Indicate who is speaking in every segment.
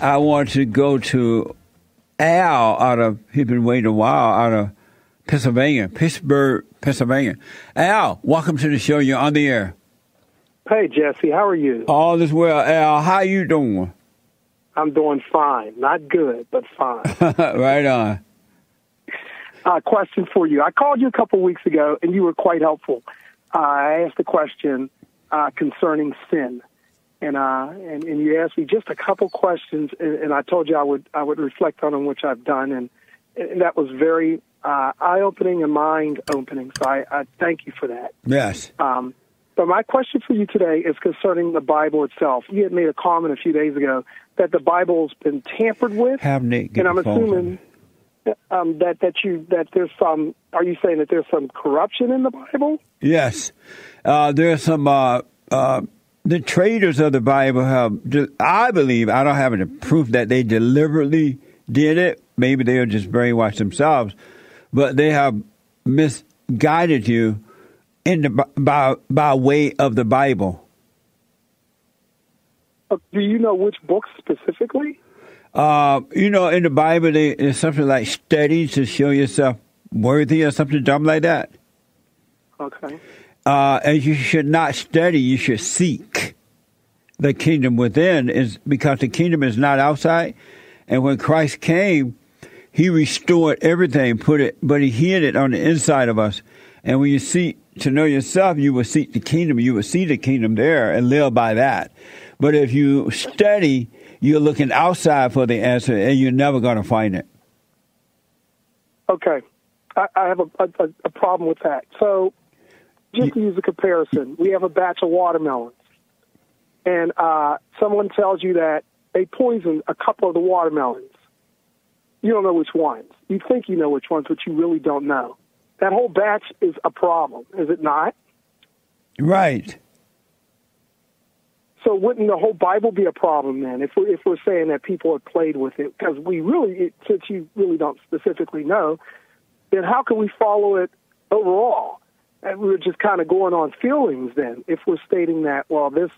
Speaker 1: I want to go to Al out of, he's been waiting a while, out of Pennsylvania, Pittsburgh, Pennsylvania. Al, welcome to the show. You're on the air.
Speaker 2: Hey, Jesse, how are you?
Speaker 1: All is well. Al, how you doing?
Speaker 2: I'm doing fine. Not good, but fine.
Speaker 1: right on.
Speaker 2: uh, question for you. I called you a couple weeks ago, and you were quite helpful. Uh, I asked a question uh, concerning sin, and, uh, and and you asked me just a couple questions, and, and I told you I would I would reflect on them, which I've done, and, and that was very uh, eye opening and mind opening. So I, I thank you for that.
Speaker 1: Yes.
Speaker 2: Um, but my question for you today is concerning the Bible itself. You had made a comment a few days ago that the Bible's been tampered with,
Speaker 1: Have Nick get
Speaker 2: and I'm
Speaker 1: the phone from
Speaker 2: assuming um, that that you that there's some. Are you saying that there's some corruption in the Bible?
Speaker 1: Yes. Uh, there are some, uh, uh, the traders of the Bible have, just, I believe, I don't have any proof that they deliberately did it. Maybe they are just brainwashed themselves, but they have misguided you in the, by, by way of the Bible.
Speaker 2: Uh, Do you know which books specifically?
Speaker 1: Uh, you know, in the Bible, they, there's something like studies to show yourself worthy or something dumb like that.
Speaker 2: Okay.
Speaker 1: uh, and you should not study, you should seek the kingdom within is because the kingdom is not outside. And when Christ came, he restored everything, put it, but he hid it on the inside of us. And when you seek to know yourself, you will seek the kingdom. You will see the kingdom there and live by that. But if you study, you're looking outside for the answer and you're never going to find it.
Speaker 2: Okay. I, I have a, a, a problem with that. So, just to use a comparison, we have a batch of watermelons, and uh, someone tells you that they poisoned a couple of the watermelons. You don't know which ones. You think you know which ones, but you really don't know. That whole batch is a problem, is it not?
Speaker 1: Right.
Speaker 2: So wouldn't the whole Bible be a problem then? If we're if we're saying that people have played with it, because we really, it, since you really don't specifically know, then how can we follow it overall? And we're just kind of going on feelings then. If we're stating that, well, this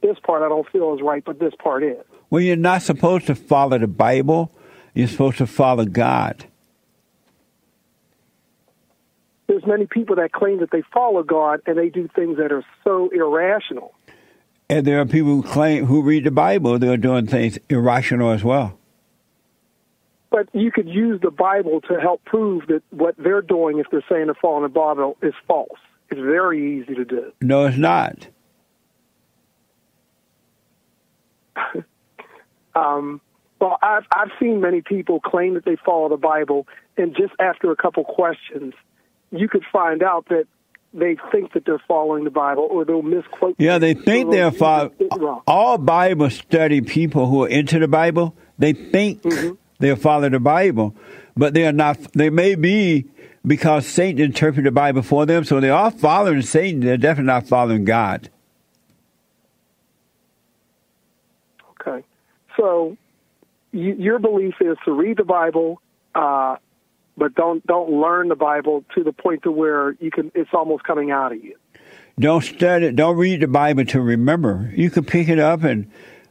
Speaker 2: this part I don't feel is right, but this part is.
Speaker 1: Well, you're not supposed to follow the Bible, you're supposed to follow God.
Speaker 2: There's many people that claim that they follow God and they do things that are so irrational.
Speaker 1: And there are people who claim who read the Bible, they're doing things irrational as well.
Speaker 2: But you could use the Bible to help prove that what they're doing, if they're saying they're following the Bible, is false. It's very easy to do.
Speaker 1: No, it's not.
Speaker 2: Um, well, I've I've seen many people claim that they follow the Bible, and just after a couple questions, you could find out that they think that they're following the Bible, or they'll misquote.
Speaker 1: Yeah,
Speaker 2: it,
Speaker 1: they
Speaker 2: or
Speaker 1: think
Speaker 2: they'll
Speaker 1: they're
Speaker 2: use
Speaker 1: following.
Speaker 2: it wrong.
Speaker 1: All Bible study people who are into the Bible, they think they follow the Bible, but they are not. They may be because Satan interpreted the Bible for them, so they are following Satan. They're definitely not following God.
Speaker 2: Okay, so you, your belief is to read the Bible, uh, but don't don't learn the Bible to the point to where you can. It's almost coming out of you.
Speaker 1: Don't study. Don't read the Bible to remember. You can pick it up and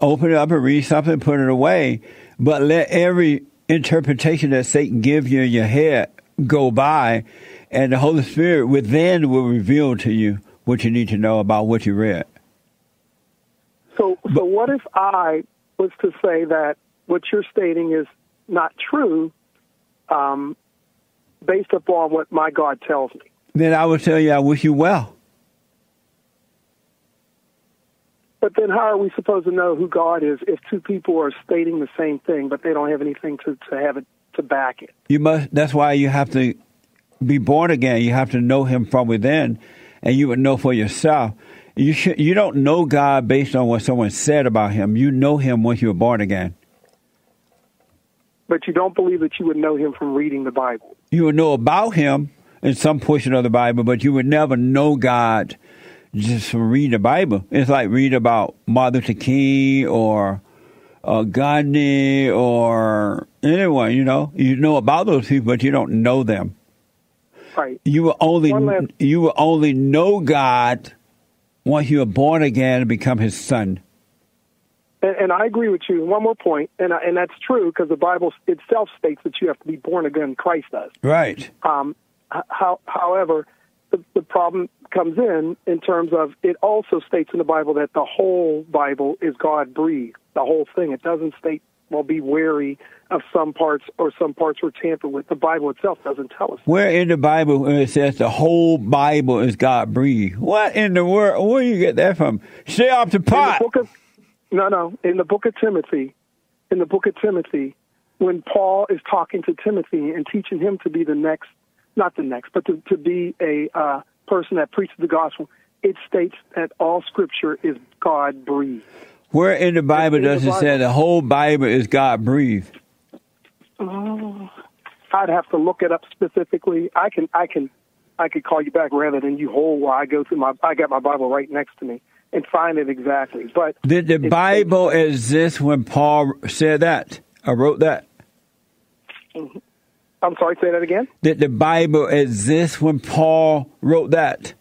Speaker 1: open it up and read something, put it away. But let every interpretation that Satan gives you in your head go by, and the Holy Spirit within will reveal to you what you need to know about what you read.
Speaker 2: So, so what if I was to say that what you're stating is not true, um, based upon what my God tells me?
Speaker 1: Then I will tell you, I wish you well.
Speaker 2: But then, how are we supposed to know who God is if two people are stating the same thing, but they don't have anything to, to have it to back it?
Speaker 1: You must. That's why you have to be born again. You have to know Him from within, and you would know for yourself. You should. You don't know God based on what someone said about Him. You know Him once you were born again.
Speaker 2: But you don't believe that you would know Him from reading the Bible.
Speaker 1: You would know about Him in some portion of the Bible, but you would never know God just from reading the Bible. It's like read about Martin Luther King or uh, Gandhi or anyone. You know, you know about those people, but you don't know them.
Speaker 2: Right.
Speaker 1: you will only
Speaker 2: One last-
Speaker 1: you will only know God once you are born again and become His son.
Speaker 2: And, and I agree with you. One more point, and I, and that's true because the Bible itself states that you have to be born again. Christ does.
Speaker 1: Right.
Speaker 2: Um, how, however, the, the problem comes in in terms of it also states in the Bible that the whole Bible is God breathed, the whole thing. It doesn't state, well, be wary of some parts or some parts were tampered with. The Bible itself doesn't tell us.
Speaker 1: Where in the Bible when it says the whole Bible is God breathed? What in the world? Where you get that from? Stay off the pot.
Speaker 2: In the book of, no, no. In the book of Timothy, in the book of Timothy, when Paul is talking to Timothy and teaching him to be the next, not the next, but to, to be a uh, person that preaches the gospel, it states that all scripture is God breathed.
Speaker 1: Where in the Bible
Speaker 2: In the
Speaker 1: does it say
Speaker 2: Bible.
Speaker 1: the whole Bible is God breathed?
Speaker 2: Oh, I'd have to look it up specifically. I can, I can, I could call you back rather than you hold while I go through my. I got my Bible right next to me and find it exactly. But
Speaker 1: Did the
Speaker 2: it-
Speaker 1: Bible exist when Paul said that? I wrote that.
Speaker 2: I'm sorry, say that again.
Speaker 1: Did the Bible exist when Paul wrote that?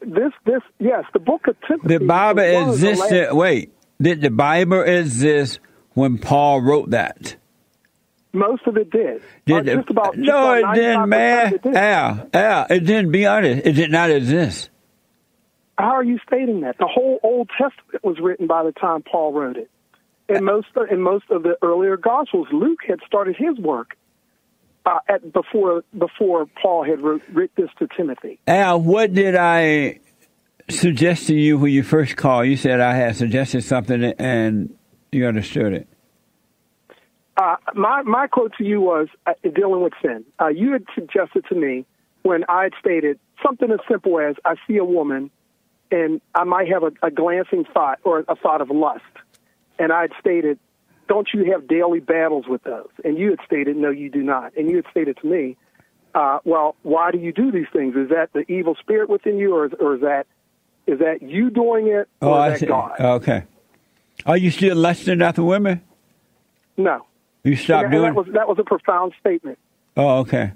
Speaker 2: This, this, yes, the book of Timothy.
Speaker 1: The Bible
Speaker 2: was one of the
Speaker 1: existed.
Speaker 2: last-
Speaker 1: wait, did the Bible exist when Paul wrote that?
Speaker 2: most of it did.
Speaker 1: Did
Speaker 2: Uh,
Speaker 1: the-
Speaker 2: just about just
Speaker 1: no,
Speaker 2: about
Speaker 1: it
Speaker 2: 95%
Speaker 1: didn't, man. Uh,
Speaker 2: it did.
Speaker 1: Al, Al, it didn't. Be honest, it did not exist.
Speaker 2: How are you stating that? The whole Old Testament was written by the time Paul wrote it, and
Speaker 1: Uh,
Speaker 2: most of, and most of the earlier Gospels, Luke had started his work uh, at before before Paul had wrote, writ this to Timothy.
Speaker 1: Al, what did I suggest to you when you first called? You said I had suggested something and you understood it.
Speaker 2: Uh, my my quote to you was uh, dealing with sin. Uh, you had suggested to me when I had stated something as simple as I see a woman, and I might have a, a glancing thought or a thought of lust, and I had stated, "Don't you have daily battles with those?" And you had stated, "No, you do not." And you had stated to me, uh, "Well, why do you do these things? Is that the evil spirit within you, or is, or is that is that you doing it, or is that
Speaker 1: Oh, see. Uh,
Speaker 2: God?"
Speaker 1: Okay. Are you still lusting after women?
Speaker 2: no.
Speaker 1: You stopped
Speaker 2: And that-
Speaker 1: doing.
Speaker 2: and that was that was a profound statement.
Speaker 1: Oh, okay.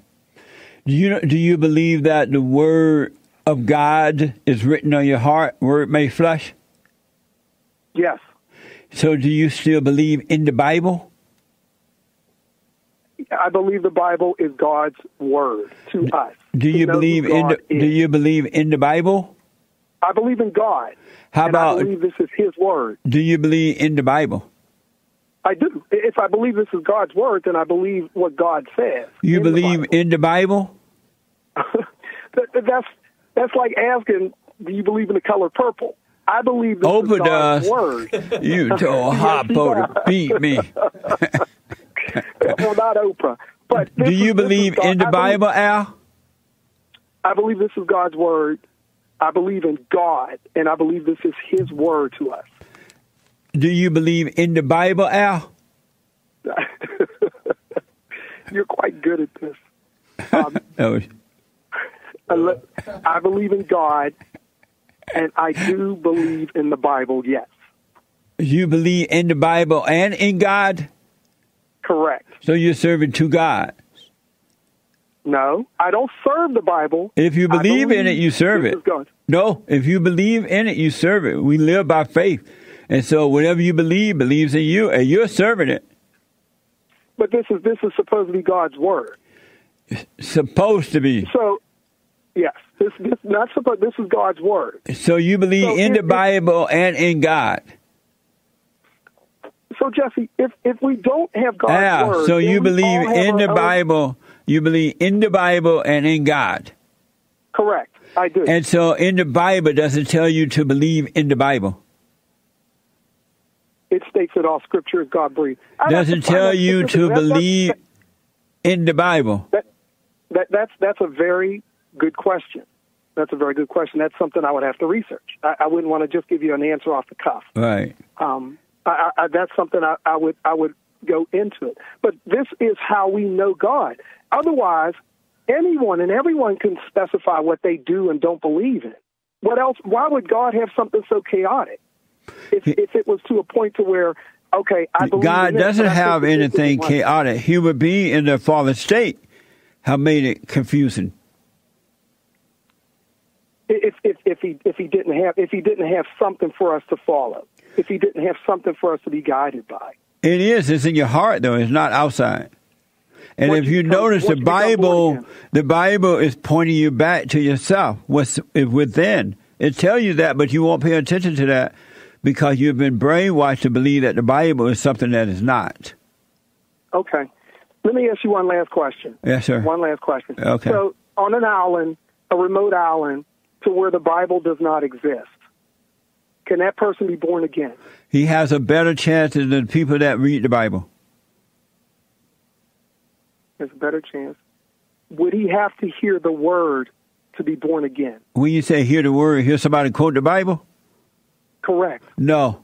Speaker 1: Do you do you believe that the word of God is written on your heart, word made flesh?
Speaker 2: Yes.
Speaker 1: So, do you still believe in the Bible?
Speaker 2: I believe the Bible is God's word to us.
Speaker 1: Do
Speaker 2: to
Speaker 1: you
Speaker 2: know who
Speaker 1: believe in the,
Speaker 2: God is.
Speaker 1: Do you believe in the Bible?
Speaker 2: I believe in God.
Speaker 1: How
Speaker 2: and I
Speaker 1: about
Speaker 2: believe this is His word.
Speaker 1: do you believe in the Bible?
Speaker 2: I do. If I believe this is God's word, then I believe what God says.
Speaker 1: You
Speaker 2: in the
Speaker 1: believe
Speaker 2: Bible.
Speaker 1: in the Bible?
Speaker 2: That- that- that's that's like asking, do you believe in the color purple? I believe this
Speaker 1: Open
Speaker 2: is God's
Speaker 1: us.
Speaker 2: word.
Speaker 1: You told Hoppo to beat me.
Speaker 2: well, not Oprah. But
Speaker 1: Do
Speaker 2: this is-
Speaker 1: you
Speaker 2: this is
Speaker 1: believe
Speaker 2: God-
Speaker 1: in
Speaker 2: I
Speaker 1: the Bible, Al?
Speaker 2: I believe this is God's word. I believe in God, and I believe this is His word to us.
Speaker 1: Do you believe in the Bible, Al?
Speaker 2: You're quite good at this. Um,
Speaker 1: No.
Speaker 2: I le- I believe in God, and I do believe in the Bible. Yes,
Speaker 1: You believe in the Bible and in God,
Speaker 2: correct.
Speaker 1: so you're serving two God.
Speaker 2: No, I don't serve the Bible.
Speaker 1: If you
Speaker 2: I
Speaker 1: believe in it, you serve
Speaker 2: this
Speaker 1: it.
Speaker 2: is God.
Speaker 1: No, if you believe in it, you serve it. We live by faith. And so whatever you believe believes in you, and you're serving it.
Speaker 2: But this is this is supposed to be God's word.
Speaker 1: Supposed to be.
Speaker 2: So, yes, this this not supposed. This is God's word.
Speaker 1: So you believe
Speaker 2: So
Speaker 1: in the
Speaker 2: if- if-
Speaker 1: Bible and in God.
Speaker 2: So, Jesse, if if we don't have God's
Speaker 1: Yeah.
Speaker 2: word,
Speaker 1: So
Speaker 2: then
Speaker 1: you
Speaker 2: we
Speaker 1: believe
Speaker 2: all have
Speaker 1: in
Speaker 2: our
Speaker 1: the
Speaker 2: own-
Speaker 1: Bible. You believe in the Bible and in God.
Speaker 2: Correct. I do.
Speaker 1: And so in the Bible doesn't tell you to believe in the Bible.
Speaker 2: it states that all scripture is God breathed.
Speaker 1: Doesn't tell you to believe in the Bible.
Speaker 2: That, that, that's that's a very good question. That's a very good question. That's something I would have to research. I, I wouldn't want to just give you an answer off the cuff.
Speaker 1: Right.
Speaker 2: Um, I, I, I, that's something I, I would I would go into it. But this is how we know God. Otherwise, anyone and everyone can specify what they do and don't believe in. What else? Why would God have something so chaotic? If, if it was to a point to where, okay, I believe in
Speaker 1: God
Speaker 2: this,
Speaker 1: doesn't
Speaker 2: but I think
Speaker 1: have
Speaker 2: that this isn't
Speaker 1: anything
Speaker 2: right.
Speaker 1: chaotic. Human being in their fallen state have made it confusing.
Speaker 2: if if if he if he didn't have if he didn't have something for us to follow, if he didn't have something for us to be guided by.
Speaker 1: It is. It's in your heart, though. It's not outside. And
Speaker 2: Once
Speaker 1: if you
Speaker 2: you come-
Speaker 1: notice, the
Speaker 2: once you become born
Speaker 1: Bible,
Speaker 2: again.
Speaker 1: the Bible is pointing you back to yourself. What's within? It tells you that, but you won't pay attention to that because you've been brainwashed to believe that the Bible is something that is not.
Speaker 2: Okay, let me ask you one last question.
Speaker 1: Yes, sir.
Speaker 2: One last question.
Speaker 1: Okay.
Speaker 2: So on an island, a remote island, to where the Bible does not exist, can that person be born again?
Speaker 1: He has a better chance than the people that read the Bible.
Speaker 2: There's a better chance. Would he have to hear the word to be born again?
Speaker 1: When you say hear the word, hear somebody quote the Bible.
Speaker 2: Correct.
Speaker 1: No.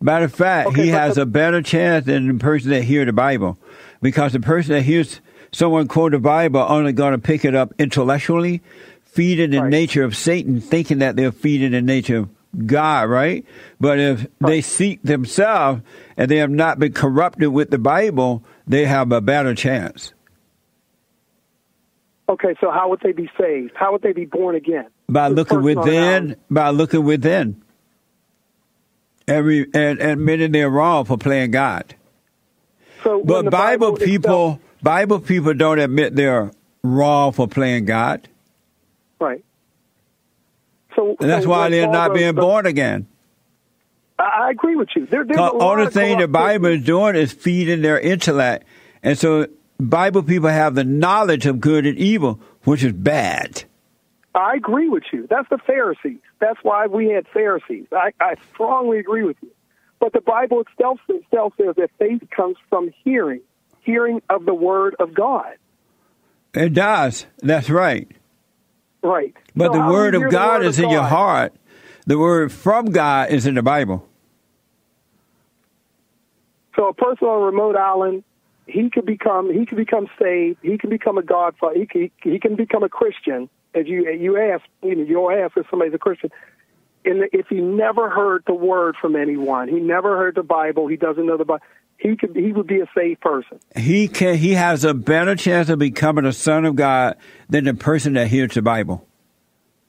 Speaker 1: Matter of fact,
Speaker 2: Okay,
Speaker 1: he
Speaker 2: but
Speaker 1: has
Speaker 2: the-
Speaker 1: a better chance than the person that hear the Bible, because the person that hears someone quote the Bible are only going to pick it up intellectually, feeding the
Speaker 2: Right.
Speaker 1: nature of Satan, thinking that they're feeding the nature of God, right? But if they seek themselves and they have not been corrupted with the Bible, they have a better chance
Speaker 2: Okay, so how would they be saved? How would they be born again?
Speaker 1: by
Speaker 2: This
Speaker 1: looking
Speaker 2: person on an
Speaker 1: within.
Speaker 2: island.
Speaker 1: By looking within. Every and admitting they're wrong for playing God.
Speaker 2: So when
Speaker 1: But
Speaker 2: the
Speaker 1: Bible,
Speaker 2: itself-
Speaker 1: people, Bible people don't admit they're wrong for playing God,
Speaker 2: right? So
Speaker 1: and that's
Speaker 2: so
Speaker 1: why
Speaker 2: when
Speaker 1: they're
Speaker 2: Paul
Speaker 1: not
Speaker 2: wrote
Speaker 1: being
Speaker 2: the-
Speaker 1: born again.
Speaker 2: I, I agree with you. There, there's
Speaker 1: The
Speaker 2: a lot
Speaker 1: only
Speaker 2: of
Speaker 1: thing the
Speaker 2: corrupt
Speaker 1: Bible
Speaker 2: people.
Speaker 1: is doing is feeding their intellect, and so Bible people have the knowledge of good and evil, which is bad.
Speaker 2: I agree with you. That's the Pharisees. That's why we had Pharisees. I, I strongly agree with you. But the Bible itself, itself says that faith comes from hearing, hearing of the Word of God.
Speaker 1: It does. That's right.
Speaker 2: Right.
Speaker 1: But
Speaker 2: So
Speaker 1: the
Speaker 2: how do
Speaker 1: word
Speaker 2: we
Speaker 1: of
Speaker 2: hear the
Speaker 1: God
Speaker 2: Word
Speaker 1: is
Speaker 2: of
Speaker 1: in your
Speaker 2: God?
Speaker 1: heart. The word from God is in the Bible.
Speaker 2: So a person on a remote island, he could become he could become saved. He can become a godfather. He can, he can become a Christian. As you you ask, you know, you'll ask if somebody's a Christian. And if he never heard the word from anyone, he never heard the Bible. He doesn't know the Bible. He could he would be a saved person.
Speaker 1: He can. He has a better chance of becoming a son of God than the person that hears the Bible.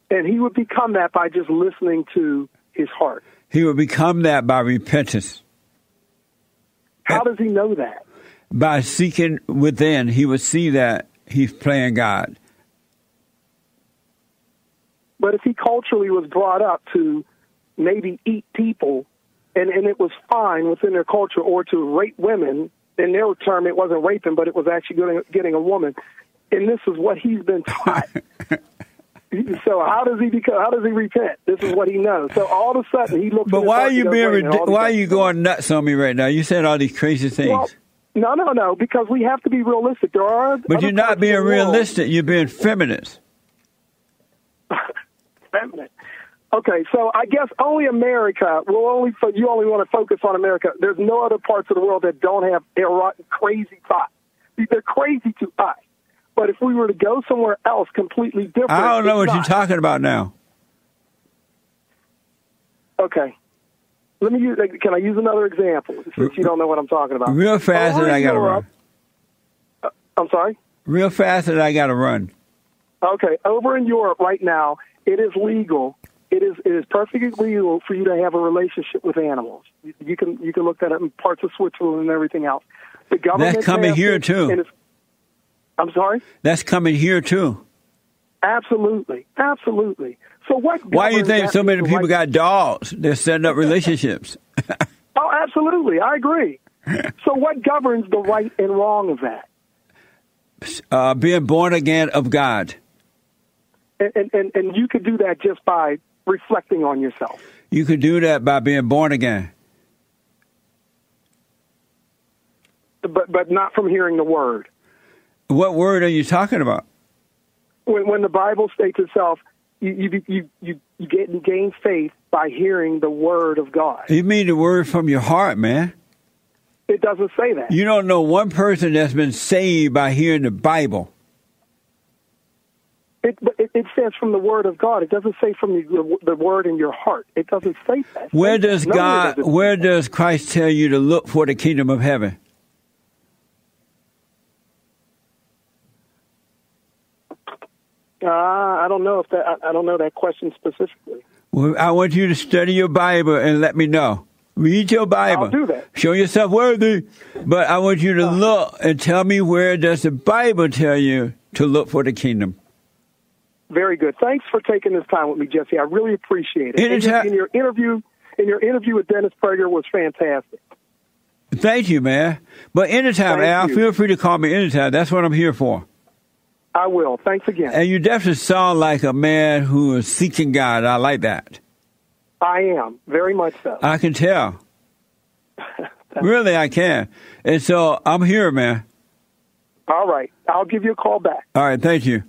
Speaker 2: And he would become that by just listening to his heart.
Speaker 1: He will become that by repentance,
Speaker 2: How does he know that?
Speaker 1: by seeking within. He will see that he's playing God.
Speaker 2: But if he culturally was brought up to maybe eat people and, and it was fine within their culture or to rape women, in their term, it wasn't raping, but it was actually getting, getting a woman. And this is what he's been taught. so how does he become, how does he repent? This is what he knows. So all of a sudden he looks.
Speaker 1: But
Speaker 2: at
Speaker 1: why are
Speaker 2: his
Speaker 1: you
Speaker 2: heart
Speaker 1: being?
Speaker 2: and goes, "Wait a minute, all
Speaker 1: Rid-
Speaker 2: these
Speaker 1: why are
Speaker 2: guys-
Speaker 1: you going nuts on me right now? You said all these crazy things,
Speaker 2: Well, no, no, no. Because we have to be realistic. There are.
Speaker 1: but
Speaker 2: other
Speaker 1: you're
Speaker 2: parts
Speaker 1: not
Speaker 2: of the
Speaker 1: being
Speaker 2: world-
Speaker 1: realistic. You're being feminist.
Speaker 2: feminine. Okay, so I guess only America. Well, only fo- you only want to focus on America. There's no other parts of the world that don't have erotic, crazy thoughts. They're crazy to us. But if we were to go somewhere else, completely different.
Speaker 1: I don't know what
Speaker 2: it's
Speaker 1: you're
Speaker 2: not.
Speaker 1: talking about now.
Speaker 2: Okay, let me use. Can I use another example since you don't know what I'm talking about?
Speaker 1: Real fast,
Speaker 2: Over
Speaker 1: and I
Speaker 2: in
Speaker 1: gotta
Speaker 2: Europe- uh,
Speaker 1: run.
Speaker 2: I'm sorry.
Speaker 1: Real fast, and I gotta run.
Speaker 2: Okay, over in Europe right now, it is legal. It is it is perfectly legal for you to have a relationship with animals. You- You can you can look that up in parts of Switzerland and everything else. The government
Speaker 1: That's coming
Speaker 2: passed
Speaker 1: here,
Speaker 2: it,
Speaker 1: too.
Speaker 2: and it's- I'm sorry.
Speaker 1: That's coming here too.
Speaker 2: Absolutely, absolutely. So what?
Speaker 1: Why do you
Speaker 2: governs
Speaker 1: think
Speaker 2: that
Speaker 1: so many
Speaker 2: legal
Speaker 1: people
Speaker 2: right-
Speaker 1: got dogs? They're setting up relationships.
Speaker 2: Oh, absolutely, I agree. so what governs the right and wrong of that?
Speaker 1: Uh, being born again of God.
Speaker 2: And and and, and you could do that just by reflecting on yourself.
Speaker 1: You could do that by being born again.
Speaker 2: But but not from hearing the word.
Speaker 1: What word are you talking about?
Speaker 2: when, when the Bible states itself, you you you you, you get and gain faith by hearing the word of God.
Speaker 1: You mean the word from your heart, man.
Speaker 2: It doesn't say that.
Speaker 1: You don't know one person that's been saved by hearing the Bible.
Speaker 2: It, but it, it says from the word of God. It doesn't say from the, the word in your heart. It doesn't say that.
Speaker 1: Where does
Speaker 2: Nowhere
Speaker 1: God,
Speaker 2: does it-
Speaker 1: where does Christ tell you to look for the kingdom of heaven?
Speaker 2: Uh, I don't know if that. I, I don't know that question specifically.
Speaker 1: Well, I want you to study your Bible and let me know. Read your Bible.
Speaker 2: I'll do that. Uh.
Speaker 1: Show yourself worthy. But I want you to look and tell me where does the Bible tell you to look for the kingdom?
Speaker 2: Very good. Thanks for taking this time with me, Jesse. I really appreciate it. And your,
Speaker 1: Anytime.
Speaker 2: and your interview, and your interview with Dennis Prager was fantastic.
Speaker 1: Thank you, man. But anytime,
Speaker 2: Thank
Speaker 1: Al,
Speaker 2: you.
Speaker 1: feel free to call me anytime. That's what I'm here for.
Speaker 2: I will. Thanks again.
Speaker 1: And you definitely sound like a man who is seeking God. I like that.
Speaker 2: I am very much so.
Speaker 1: I can tell. really, I can. And so I'm here, man.
Speaker 2: All right. I'll give you a call back.
Speaker 1: All right, thank you.